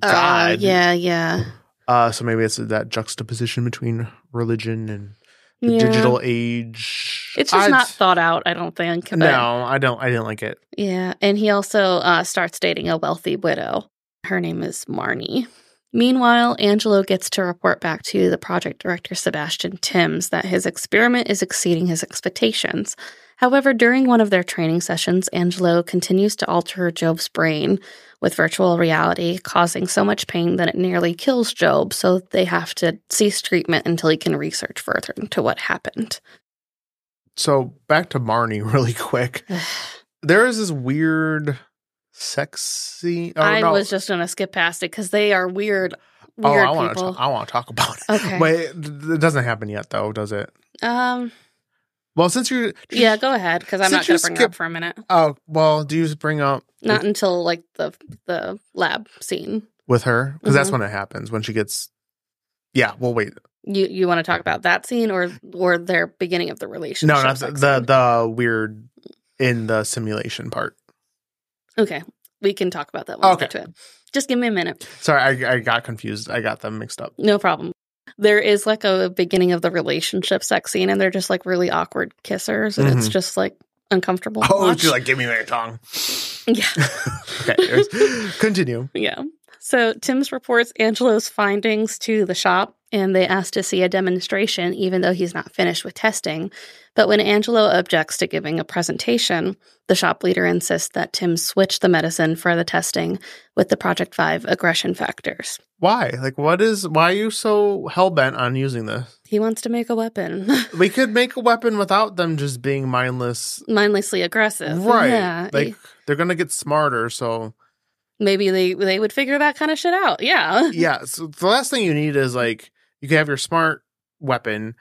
[SPEAKER 5] Uh,
[SPEAKER 4] god.
[SPEAKER 5] yeah, yeah.
[SPEAKER 4] Uh, so maybe it's that juxtaposition between religion and the
[SPEAKER 5] Yeah.
[SPEAKER 4] digital age.
[SPEAKER 5] It's just
[SPEAKER 4] I'd-
[SPEAKER 5] not thought out, I don't think. but-
[SPEAKER 4] No, I don't. I didn't like it.
[SPEAKER 5] Yeah, and he also uh, starts dating a wealthy widow. Her name is Marnie. Meanwhile, Angelo gets to report back to the project director, Sebastian Timms, that his experiment is exceeding his expectations. However, during one of their training sessions, Angelo continues to alter Job's brain with virtual reality, causing so much pain that it nearly kills Job, so they have to cease treatment until he can research further into what happened.
[SPEAKER 4] So back to Marnie really quick. there is this weird sex scene. Oh,
[SPEAKER 5] I
[SPEAKER 4] no.
[SPEAKER 5] was just going to skip past it because they are weird,
[SPEAKER 4] Oh,
[SPEAKER 5] weird
[SPEAKER 4] I want to.
[SPEAKER 5] people.
[SPEAKER 4] I want to talk about it.
[SPEAKER 5] Okay.
[SPEAKER 4] But it, it doesn't happen yet, though, does it?
[SPEAKER 5] Um.
[SPEAKER 4] Well, since you're
[SPEAKER 5] Yeah. Go ahead, because I'm
[SPEAKER 4] Since
[SPEAKER 5] not going
[SPEAKER 4] you
[SPEAKER 5] to bring it
[SPEAKER 4] skip-
[SPEAKER 5] up for a minute.
[SPEAKER 4] Oh well, do you bring up
[SPEAKER 5] Not until like the the lab scene.
[SPEAKER 4] with her because that's
[SPEAKER 5] Mm-hmm.
[SPEAKER 4] when it happens when she gets. Yeah, well, wait.
[SPEAKER 5] You you want to talk about that scene or or their beginning of the relationship?
[SPEAKER 4] No, not the,
[SPEAKER 5] sex
[SPEAKER 4] the
[SPEAKER 5] scene?
[SPEAKER 4] the weird in the simulation part.
[SPEAKER 5] Okay, we can talk about that. When
[SPEAKER 4] Okay.
[SPEAKER 5] We get to it. Just give me a minute.
[SPEAKER 4] Sorry, I, I got confused. I got them mixed up.
[SPEAKER 5] No problem. There is like a beginning of the relationship sex scene, and they're just like really awkward kissers, and it's
[SPEAKER 4] Mhm.
[SPEAKER 5] just like uncomfortable. to
[SPEAKER 4] Oh,
[SPEAKER 5] watch.
[SPEAKER 4] she's like, give me your tongue.
[SPEAKER 5] yeah.
[SPEAKER 4] okay, there's- continue.
[SPEAKER 5] Yeah. So Tim's reports Angelo's findings to the shop, and they ask to see a demonstration, even though he's not finished with testing. But when Angelo objects to giving a presentation, the shop leader insists that Tim switch the medicine for the testing with the Project 5 aggression factors.
[SPEAKER 4] Why? Like, what is? Why are you so hell bent on using this?
[SPEAKER 5] He wants to make a weapon
[SPEAKER 4] We could make a weapon without them just being mindless,
[SPEAKER 5] mindlessly aggressive.
[SPEAKER 4] right?
[SPEAKER 5] Yeah.
[SPEAKER 4] Like they're gonna get smarter. So
[SPEAKER 5] Maybe they, they would figure that kind of shit out. Yeah.
[SPEAKER 4] yeah. So the last thing you need is like you can have your smart weapon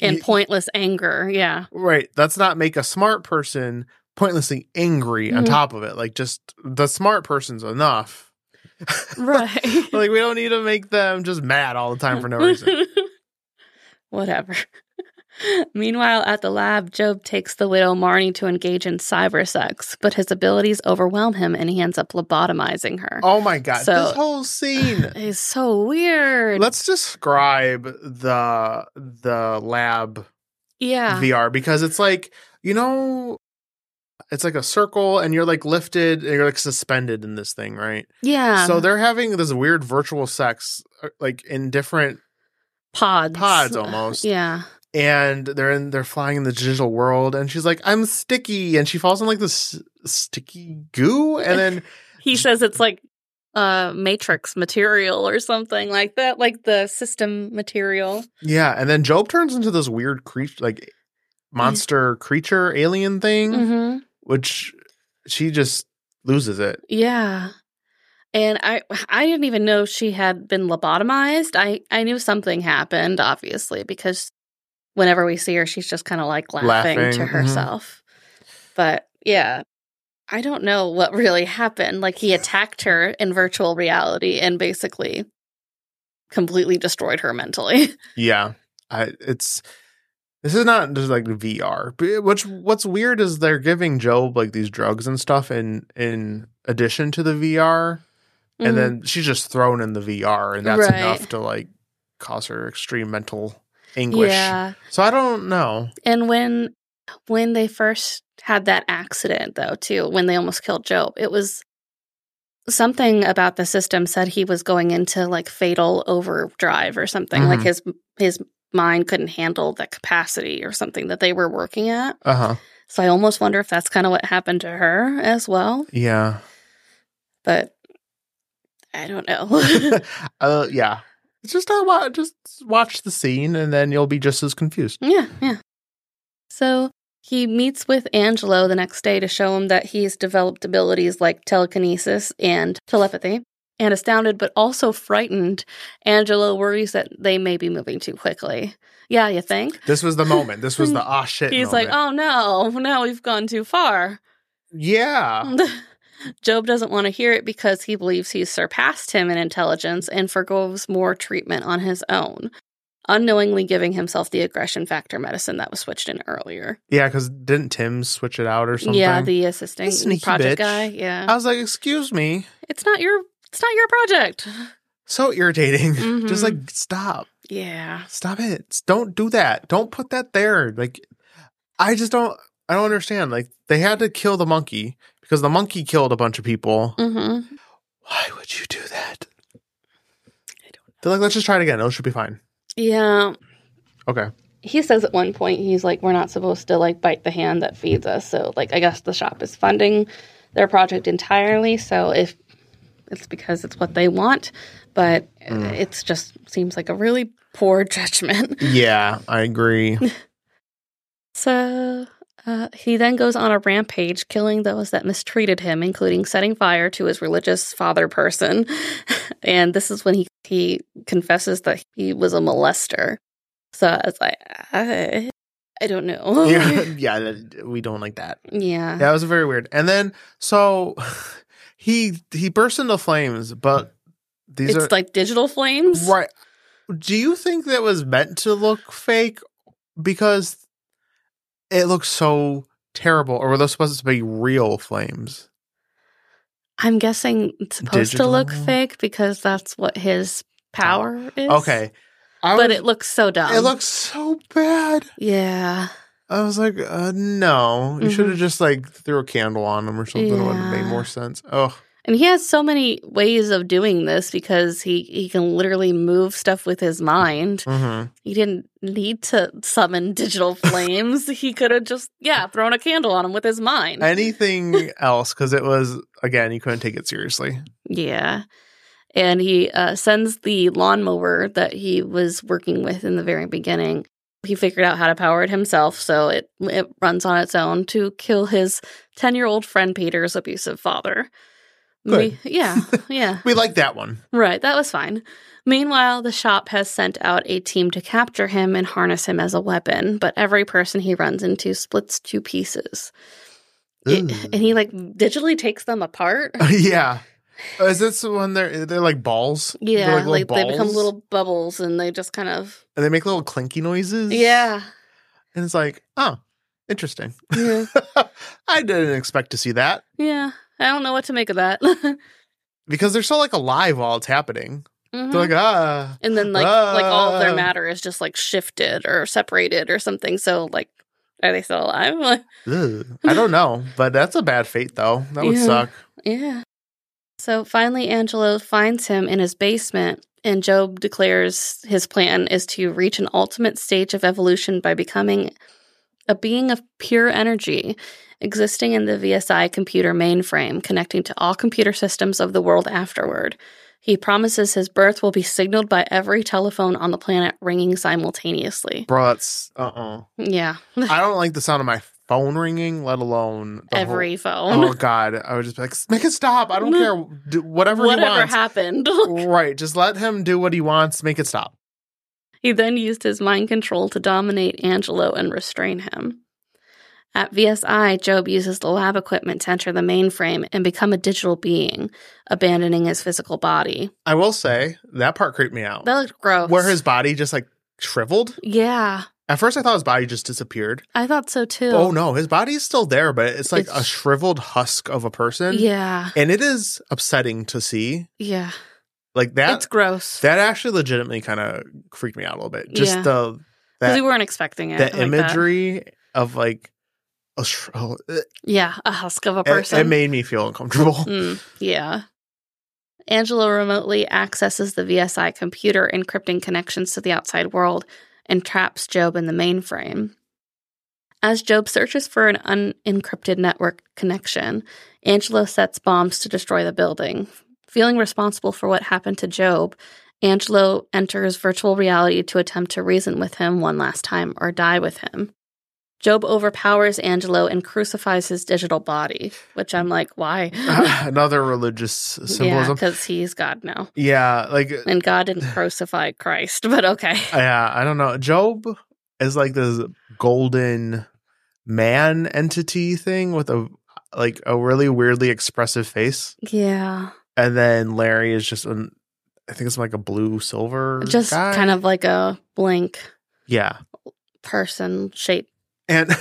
[SPEAKER 5] And
[SPEAKER 4] You-
[SPEAKER 5] pointless anger. Yeah.
[SPEAKER 4] Right. That's not make a smart person pointlessly angry on
[SPEAKER 5] Mhm.
[SPEAKER 4] top of it. Like just the smart person's enough.
[SPEAKER 5] Right.
[SPEAKER 4] like we don't need to make them just mad all the time for no reason.
[SPEAKER 5] Whatever. Meanwhile, at the lab, Job takes the widow Marnie to engage in cyber sex, but his abilities overwhelm him and he ends up lobotomizing her.
[SPEAKER 4] Oh my god.
[SPEAKER 5] So-
[SPEAKER 4] this whole scene.
[SPEAKER 5] It's so weird.
[SPEAKER 4] Let's describe the the lab
[SPEAKER 5] yeah.
[SPEAKER 4] VR because it's like, you know, it's like a circle and you're like lifted and you're like suspended in this thing, right?
[SPEAKER 5] yeah.
[SPEAKER 4] so they're having this weird virtual sex uh, like in different
[SPEAKER 5] pods.
[SPEAKER 4] pods almost.
[SPEAKER 5] uh, Yeah.
[SPEAKER 4] and they're in they're flying in the digital world and she's like i'm sticky and she falls in like this sticky goo and then
[SPEAKER 5] He says it's like uh matrix material or something like that, like the system material.
[SPEAKER 4] yeah and then job turns into this weird creature like monster creature alien thing
[SPEAKER 5] Mm. Mm-hmm.
[SPEAKER 4] which she just loses it
[SPEAKER 5] Yeah. And I I didn't even know she had been lobotomized. I I knew something happened obviously because whenever we see her she's just kind of like laughing,
[SPEAKER 4] Laughing,
[SPEAKER 5] to
[SPEAKER 4] mhm.
[SPEAKER 5] herself. But yeah. I don't know what really happened. Like he attacked her in virtual reality and basically completely destroyed her mentally.
[SPEAKER 4] yeah I, it's this is not just like vr But which what's weird is they're giving job like these drugs and stuff in in addition to the vr and then she's just thrown in the VR, and that's
[SPEAKER 5] Mm-hmm. Right.
[SPEAKER 4] enough to like cause her extreme mental anguish.
[SPEAKER 5] yeah.
[SPEAKER 4] So I don't know.
[SPEAKER 5] And when when they first had that accident though too, when they almost killed Job, it was something about the system said he was going into like fatal overdrive or something. Like
[SPEAKER 4] Mhm.
[SPEAKER 5] his his mind couldn't handle the capacity or something that they were working at.
[SPEAKER 4] Uh huh.
[SPEAKER 5] So I almost wonder if that's kind of what happened to her as well.
[SPEAKER 4] Yeah.
[SPEAKER 5] But I don't know.
[SPEAKER 4] uh, yeah. Just talk about just watch the scene, and then you'll be just as confused.
[SPEAKER 5] Yeah, yeah. So he meets with Angelo the next day to show him that he's developed abilities like telekinesis and telepathy. And astounded but also frightened, Angelo worries that they may be moving too quickly. Yeah, you think?
[SPEAKER 4] This was the moment. This was the ah shit.
[SPEAKER 5] He's like,
[SPEAKER 4] moment.
[SPEAKER 5] oh no, now we've gone too far.
[SPEAKER 4] yeah.
[SPEAKER 5] Job doesn't want to hear it because he believes he's surpassed him in intelligence and forgoes more treatment on his own, unknowingly giving himself the aggression factor medicine that was switched in earlier.
[SPEAKER 4] Yeah, because didn't Tim switch it out or something?
[SPEAKER 5] Yeah, the assisting
[SPEAKER 4] Sneaky
[SPEAKER 5] project
[SPEAKER 4] bitch. Oh.
[SPEAKER 5] guy. Yeah,
[SPEAKER 4] I was like, excuse me.
[SPEAKER 5] it's not your it's not your project.
[SPEAKER 4] so irritating.
[SPEAKER 5] Mhm.
[SPEAKER 4] Just like stop.
[SPEAKER 5] Yeah.
[SPEAKER 4] Stop it. Don't do that. Don't put that there. Like I just don't I don't understand. Like they had to kill the monkey because the monkey killed a bunch of people.
[SPEAKER 5] Mm-hmm.
[SPEAKER 4] Why would you do that? They're like, let's just try it again. It should be fine.
[SPEAKER 5] Yeah.
[SPEAKER 4] Okay.
[SPEAKER 5] He says at one point, he's like, we're not supposed to like bite the hand that feeds us. So, like, I guess the shop is funding their project entirely. So, if it's because it's what they want, but
[SPEAKER 4] Mm.
[SPEAKER 5] it's just seems like a really poor judgment.
[SPEAKER 4] Yeah, I agree.
[SPEAKER 5] So uh, he then goes on a rampage, killing those that mistreated him, including setting fire to his religious father person. and this is when he, he confesses that he was a molester. So I was like, I, I don't know.
[SPEAKER 4] yeah, yeah, that- we don't like that.
[SPEAKER 5] yeah.
[SPEAKER 4] That was very weird. And then so he he bursts into flames, but these
[SPEAKER 5] It's
[SPEAKER 4] are
[SPEAKER 5] like digital flames.
[SPEAKER 4] right. Do you think that was meant to look fake? Because it looks so terrible, or were those supposed to be real flames?
[SPEAKER 5] I'm guessing it's supposed to look
[SPEAKER 4] Digital.
[SPEAKER 5] fake because that's what his power is.
[SPEAKER 4] Okay, I
[SPEAKER 5] But
[SPEAKER 4] was-
[SPEAKER 5] it looks so dumb.
[SPEAKER 4] it looks so bad.
[SPEAKER 5] Yeah.
[SPEAKER 4] I was like, uh, no, you should
[SPEAKER 5] Mhm.
[SPEAKER 4] have just like threw a candle on them or something. It would have
[SPEAKER 5] Yeah.
[SPEAKER 4] made more sense. Oh,
[SPEAKER 5] And he has so many ways of doing this because he, he can literally move stuff with his mind.
[SPEAKER 4] hmm
[SPEAKER 5] He didn't need to summon digital flames. he could have just, yeah, thrown a candle on him with his mind.
[SPEAKER 4] anything else? Because it was again, you couldn't take it seriously.
[SPEAKER 5] yeah. And he uh, sends the lawnmower that he was working with in the very beginning. He figured out how to power it himself, so it, it runs on its own to kill his 10 year old friend Peter's abusive father.
[SPEAKER 4] Good.
[SPEAKER 5] We- yeah, yeah.
[SPEAKER 4] We like that one.
[SPEAKER 5] Right, that was fine. Meanwhile, the shop has sent out a team to capture him and harness him as a weapon, but every person he runs into splits to pieces. It-
[SPEAKER 4] Ooh.
[SPEAKER 5] and he like digitally takes them apart.
[SPEAKER 4] yeah. Is this when they're they're like balls? They're
[SPEAKER 5] Yeah,
[SPEAKER 4] little
[SPEAKER 5] like, they become
[SPEAKER 4] balls?
[SPEAKER 5] little bubbles and they just kind of
[SPEAKER 4] and they make little clinky noises.
[SPEAKER 5] Yeah.
[SPEAKER 4] and it's like, oh, interesting.
[SPEAKER 5] Yeah.
[SPEAKER 4] I didn't expect to see that
[SPEAKER 5] yeah. I don't know what to make of that. Mm-hmm.
[SPEAKER 4] because they're still like alive while it's happening.
[SPEAKER 5] Mhm.
[SPEAKER 4] They're like, ah,
[SPEAKER 5] and then like like all of their
[SPEAKER 4] Ah.
[SPEAKER 5] matter is just like shifted or separated or something. So like are they still alive?
[SPEAKER 4] ugh. I don't know, but that's a bad fate though. That would
[SPEAKER 5] Yeah.
[SPEAKER 4] suck.
[SPEAKER 5] Yeah. So finally, Angelo finds him in his basement, and Job declares his plan is to reach an ultimate stage of evolution by becoming a being of pure energy, existing in the VSI computer mainframe, connecting to all computer systems of the world afterward. He promises his birth will be signaled by every telephone on the planet ringing simultaneously.
[SPEAKER 4] Bro, that's uh uh
[SPEAKER 5] Yeah,
[SPEAKER 4] I don't like the sound of my phone ringing, let alone the whole-
[SPEAKER 5] every
[SPEAKER 4] oh
[SPEAKER 5] phone. Mm.
[SPEAKER 4] god, I would just be like, make it stop. I don't care. Do whatever, he
[SPEAKER 5] Whatever
[SPEAKER 4] wants.
[SPEAKER 5] happened.
[SPEAKER 4] right, just let him do what he wants. Make it stop.
[SPEAKER 5] He then used his mind control to dominate Angelo and restrain him. At VSI, Job uses the lab equipment to enter the mainframe and become a digital being, abandoning his physical body.
[SPEAKER 4] I will say that part creeped me out.
[SPEAKER 5] That looked gross.
[SPEAKER 4] Where his body just like shriveled.
[SPEAKER 5] Yeah,
[SPEAKER 4] At first, I thought his body just disappeared.
[SPEAKER 5] I thought so too.
[SPEAKER 4] Oh no, his body is still there, but it's like a
[SPEAKER 5] It's-
[SPEAKER 4] shriveled husk of a person.
[SPEAKER 5] Yeah,
[SPEAKER 4] and it is upsetting to see.
[SPEAKER 5] yeah,
[SPEAKER 4] Like that.
[SPEAKER 5] it's gross
[SPEAKER 4] that actually legitimately kind of freaked me out a little bit. Just
[SPEAKER 5] Yeah.
[SPEAKER 4] the
[SPEAKER 5] because we
[SPEAKER 4] that
[SPEAKER 5] weren't expecting it.
[SPEAKER 4] that
[SPEAKER 5] like
[SPEAKER 4] imagery of like a sh- oh, it,
[SPEAKER 5] Yeah, a husk of a
[SPEAKER 4] it
[SPEAKER 5] person.
[SPEAKER 4] it made me feel uncomfortable.
[SPEAKER 5] Mm, yeah. Angelo remotely accesses the VSI computer, encrypting connections to the outside world, and traps Job in the mainframe. As Job searches for an unencrypted network connection, Angelo sets bombs to destroy the building. Feeling responsible for what happened to Job, Angelo enters virtual reality to attempt to reason with him one last time or die with him. Job overpowers Angelo and crucifies his digital body, which I'm like, why?
[SPEAKER 4] Another religious symbolism. Yeah,
[SPEAKER 5] because he's God now.
[SPEAKER 4] like
[SPEAKER 5] And God didn't crucify Christ, but okay.
[SPEAKER 4] yeah, I don't know. Job is like this golden man entity thing with a like a really weirdly expressive face,
[SPEAKER 5] Yeah.
[SPEAKER 4] and then Larry is just an I think it's like a blue silver,
[SPEAKER 5] Just
[SPEAKER 4] guy.
[SPEAKER 5] kind of like a blank
[SPEAKER 4] yeah.
[SPEAKER 5] person shape.
[SPEAKER 4] And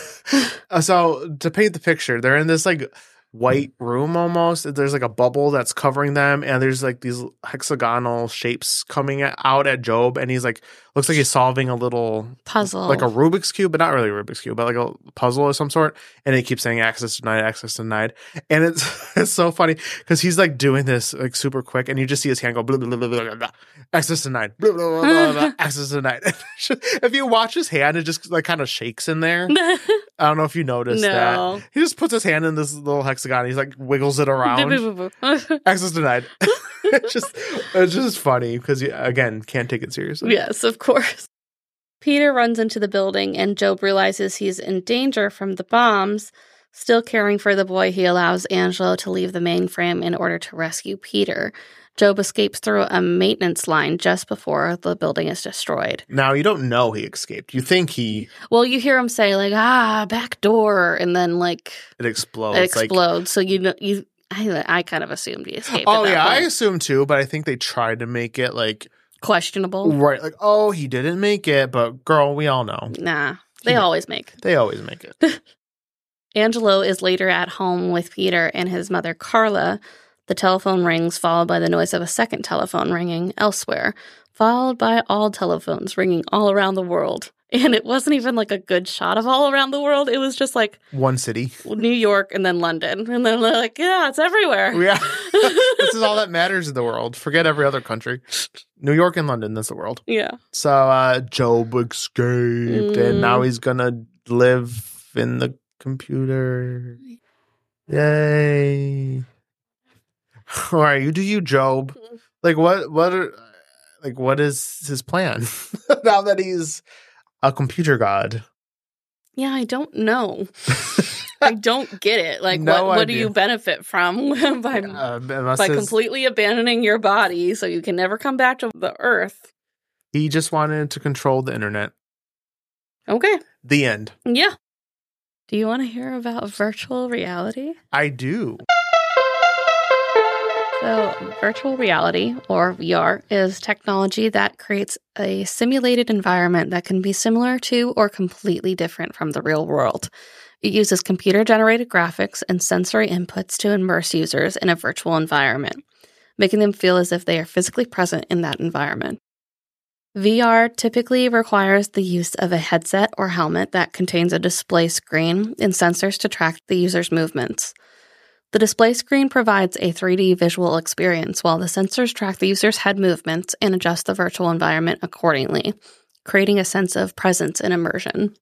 [SPEAKER 4] uh, so to paint the picture, they're in this like white room almost. There's like a bubble that's covering them, and there's like these hexagonal shapes coming out at Job, and he's like looks like he's solving a little
[SPEAKER 5] Puzzle.
[SPEAKER 4] like a Rubik's cube, but not really a Rubik's cube, but like a puzzle of some sort. And it keeps saying access denied, access denied, and it's it's so funny because he's like doing this like super quick, and you just see his hand go blah blah blah blah blah, blah access denied, blah blah blah blah, blah access denied. if you watch his hand, it just like kind of shakes in there. I don't know if you noticed that.
[SPEAKER 5] no.
[SPEAKER 4] He just puts his hand in this little hexagon. He's like wiggles it around. Access denied. it's just it's just funny because you again can't take it seriously.
[SPEAKER 5] yes, of course. Peter runs into the building and Job realizes he's in danger from the bombs. Still caring for the boy, he allows Angelo to leave the mainframe in order to rescue Peter. Job escapes through a maintenance line just before the building is destroyed.
[SPEAKER 4] Now you don't know he escaped. You think he
[SPEAKER 5] Well, you hear him say like "ah, back door," and then like
[SPEAKER 4] it explodes.
[SPEAKER 5] it
[SPEAKER 4] Oh, like-
[SPEAKER 5] explodes. so you know you. I, I kind of assumed he escaped. at
[SPEAKER 4] oh
[SPEAKER 5] that
[SPEAKER 4] yeah, I
[SPEAKER 5] point.
[SPEAKER 4] assume too, but I think they tried to make it like
[SPEAKER 5] questionable.
[SPEAKER 4] right, like oh he didn't make it, but girl, we all know
[SPEAKER 5] Nah, they
[SPEAKER 4] Yeah.
[SPEAKER 5] always make.
[SPEAKER 4] they always make it.
[SPEAKER 5] Angelo is later at home with Peter and his mother Carla. The telephone rings, followed by the noise of a second telephone ringing elsewhere, followed by all telephones ringing all around the world. And it wasn't even like a good shot of all around the world. It was just like
[SPEAKER 4] One city,
[SPEAKER 5] New York and then London. And then they're like, yeah, it's everywhere.
[SPEAKER 4] yeah. this is all that matters in the world. Forget every other country. New York and London. That's the world.
[SPEAKER 5] Yeah.
[SPEAKER 4] So uh Job escaped,
[SPEAKER 5] Mm.
[SPEAKER 4] and now he's gonna live in the computer. Yay! All right, you do you, Job. Like what? What are like what is his plan now that he's a computer god?
[SPEAKER 5] Yeah, I don't know. I don't get it. Like,
[SPEAKER 4] No
[SPEAKER 5] what, what do
[SPEAKER 4] idea.
[SPEAKER 5] you benefit from by
[SPEAKER 4] Uh, unless
[SPEAKER 5] by
[SPEAKER 4] his-
[SPEAKER 5] completely abandoning your body so you can never come back to the earth.
[SPEAKER 4] he just wanted to control the internet.
[SPEAKER 5] Okay.
[SPEAKER 4] The end.
[SPEAKER 5] Yeah. Do you want to hear about virtual reality?
[SPEAKER 4] I do.
[SPEAKER 5] So, virtual reality, or VR, is technology that creates a simulated environment that can be similar to or completely different from the real world. It uses computer generated graphics and sensory inputs to immerse users in a virtual environment, making them feel as if they are physically present in that environment. VR typically requires the use of a headset or helmet that contains a display screen and sensors to track the user's movements. The display screen provides a 3D visual experience while the sensors track the user's head movements and adjust the virtual environment accordingly, creating a sense of presence and immersion.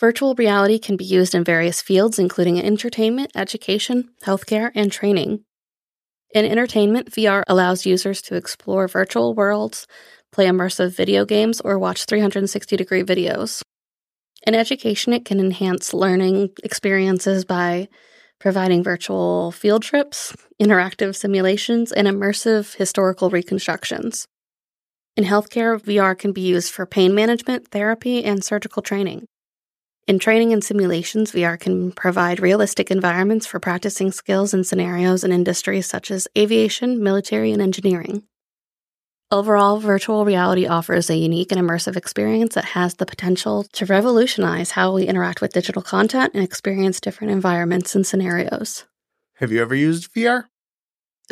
[SPEAKER 5] Virtual reality can be used in various fields, including entertainment, education, healthcare, and training. In entertainment, VR allows users to explore virtual worlds, play immersive video games, or watch 360 degree videos. In education, it can enhance learning experiences by providing virtual field trips, interactive simulations, and immersive historical reconstructions. In healthcare, VR can be used for pain management, therapy, and surgical training. In training and simulations, VR can provide realistic environments for practicing skills and scenarios in industries such as aviation, military, and engineering. Overall, virtual reality offers a unique and immersive experience that has the potential to revolutionize how we interact with digital content and experience different environments and scenarios.
[SPEAKER 4] Have you ever used VR?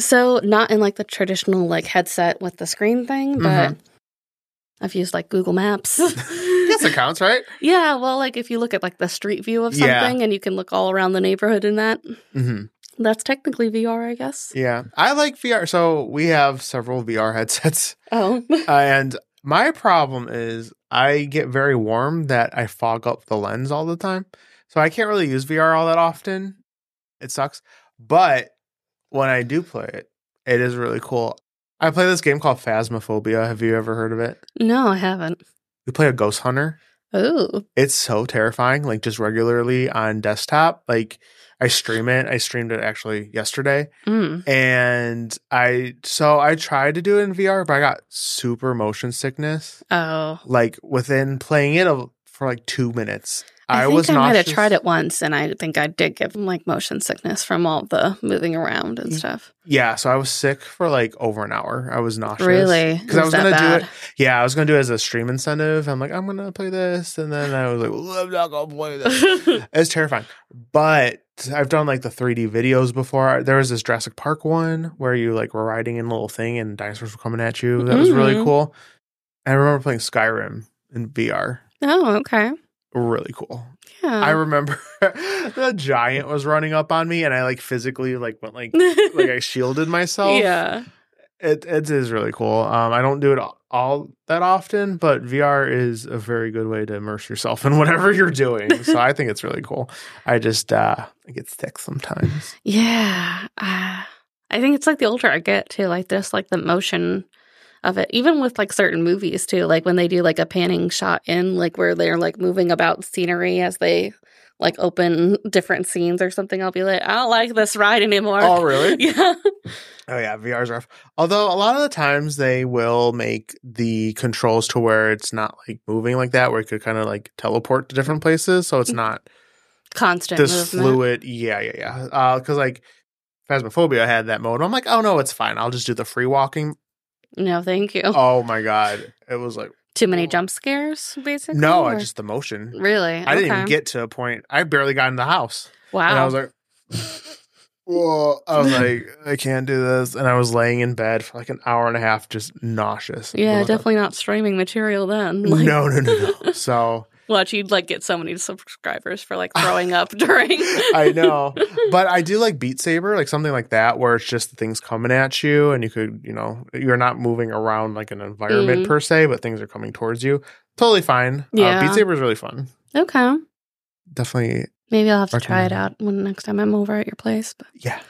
[SPEAKER 5] So, not in like the traditional like headset with the screen thing, but
[SPEAKER 4] Mm-hmm.
[SPEAKER 5] I've used like Google Maps.
[SPEAKER 4] Yes, it counts, right?
[SPEAKER 5] yeah, well, like if you look at like the street view of something
[SPEAKER 4] Yeah.
[SPEAKER 5] and you can look all around the neighborhood in that,
[SPEAKER 4] Mm-hmm.
[SPEAKER 5] that's technically VR, I guess.
[SPEAKER 4] Yeah, I like VR. So we have several VR headsets,
[SPEAKER 5] Oh,
[SPEAKER 4] Uh, and my problem is I get very warm that I fog up the lens all the time, so I can't really use VR all that often. It sucks, but when I do play it, it is really cool. I play this game called Phasmophobia. Have you ever heard of it?
[SPEAKER 5] no, I haven't.
[SPEAKER 4] You play a ghost hunter.
[SPEAKER 5] Oh,
[SPEAKER 4] It's so terrifying, like just regularly on desktop. Like I stream it. I streamed it actually yesterday
[SPEAKER 5] mm.
[SPEAKER 4] and I so I tried to do it in VR, but I got super motion sickness.
[SPEAKER 5] oh.
[SPEAKER 4] Like within playing it a- for like two minutes,
[SPEAKER 5] I,
[SPEAKER 4] I,
[SPEAKER 5] think
[SPEAKER 4] was
[SPEAKER 5] I might have
[SPEAKER 4] nauseous.
[SPEAKER 5] tried it once, and I think I did get like motion sickness from all the moving around and
[SPEAKER 4] Mm.
[SPEAKER 5] stuff.
[SPEAKER 4] Yeah, so I was sick for like over an hour. I was nauseous.
[SPEAKER 5] Really,
[SPEAKER 4] Because I was
[SPEAKER 5] that
[SPEAKER 4] gonna
[SPEAKER 5] bad?
[SPEAKER 4] do it. Yeah, I was gonna do it as a stream incentive. I'm like, I'm gonna play this, and then I was like, well, I'm not gonna play this. it's terrifying. But I've done like the 3D videos before. There was this Jurassic Park one where you like were riding in a little thing and dinosaurs were coming at you. That was really
[SPEAKER 5] Mhm.
[SPEAKER 4] cool. And I remember playing Skyrim in VR.
[SPEAKER 5] Oh, okay.
[SPEAKER 4] Really cool.
[SPEAKER 5] Yeah.
[SPEAKER 4] I remember the giant was running up on me and I like physically like went like like I shielded myself.
[SPEAKER 5] yeah.
[SPEAKER 4] It it is really cool. Um I don't do it all, all that often, but VR is a very good way to immerse yourself in whatever you're doing. so I think it's really cool. I just uh I get sick sometimes.
[SPEAKER 5] Yeah. Uh, I think it's like the older I get too, like just like the motion of it. Even with like certain movies too, like when they do like a panning shot in, like where they're like moving about scenery as they like open different scenes or something, I'll be like, I don't like this ride anymore.
[SPEAKER 4] Oh really?
[SPEAKER 5] yeah.
[SPEAKER 4] Oh yeah, VR's rough. Although a lot of the times they will make the controls to where it's not like moving like that, where it could kind of like teleport to different places, so it's not
[SPEAKER 5] Constant
[SPEAKER 4] this
[SPEAKER 5] movement.
[SPEAKER 4] fluid. Yeah, yeah, yeah. Because like Phasmophobia had that mode. I'm like, oh no, it's fine. I'll just do the free walking.
[SPEAKER 5] No, thank you.
[SPEAKER 4] Oh my god, it was like
[SPEAKER 5] Too many jump scares, basically.
[SPEAKER 4] no, I
[SPEAKER 5] or-
[SPEAKER 4] just the motion.
[SPEAKER 5] really.
[SPEAKER 4] I didn't even
[SPEAKER 5] Okay.
[SPEAKER 4] get to a point. I barely got in the house,
[SPEAKER 5] Wow.
[SPEAKER 4] and I was like. Whoa. I was like, I can't do this. And I was laying in bed for like an hour and a half, just nauseous.
[SPEAKER 5] yeah,
[SPEAKER 4] Ugh.
[SPEAKER 5] definitely not streaming material then. like-
[SPEAKER 4] no, no, no, no. So
[SPEAKER 5] Watch, you'd like get so many subscribers for like throwing up during.
[SPEAKER 4] I know, but I do like Beat Saber, like something like that, where it's just things coming at you, and you could, you know, you're not moving around like an environment
[SPEAKER 5] Mm.
[SPEAKER 4] per se, but things are coming towards you. Totally fine. Uh,
[SPEAKER 5] Yeah.
[SPEAKER 4] Beat Saber is really fun.
[SPEAKER 5] Okay.
[SPEAKER 4] Definitely,
[SPEAKER 5] Maybe I'll have to try it
[SPEAKER 4] Recommend.
[SPEAKER 5] out when next time I'm over at your place. But
[SPEAKER 4] yeah.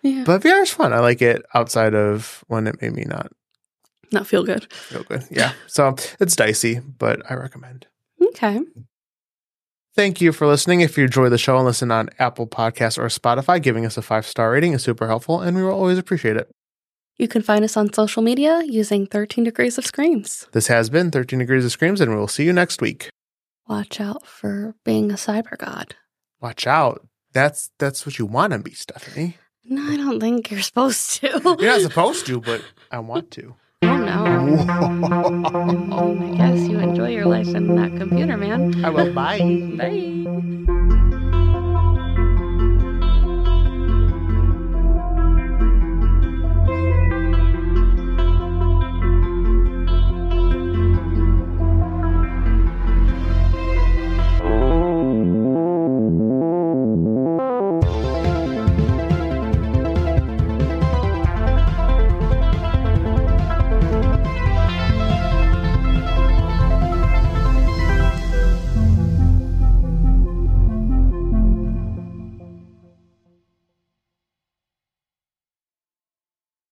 [SPEAKER 5] yeah,
[SPEAKER 4] But VR is fun. I like it outside of when it made me not
[SPEAKER 5] not feel good.
[SPEAKER 4] feel good. Yeah. So it's dicey, but I recommend.
[SPEAKER 5] Okay.
[SPEAKER 4] Thank you for listening. If you enjoy the show and listen on Apple Podcasts or Spotify, giving us a five star rating is super helpful, and we will always appreciate it.
[SPEAKER 5] You can find us on social media using 13 Degrees of Screams.
[SPEAKER 4] This has been 13 Degrees of Screams, and we will see you next week.
[SPEAKER 5] Watch out for being a cyber god.
[SPEAKER 4] Watch out. That's that's what you want to be, Stephanie.
[SPEAKER 5] No, I don't think you're supposed to.
[SPEAKER 4] You're not supposed to, but I want to.
[SPEAKER 5] I don't know. I guess you enjoy your life in that computer, man.
[SPEAKER 4] I will. Bye.
[SPEAKER 5] Bye.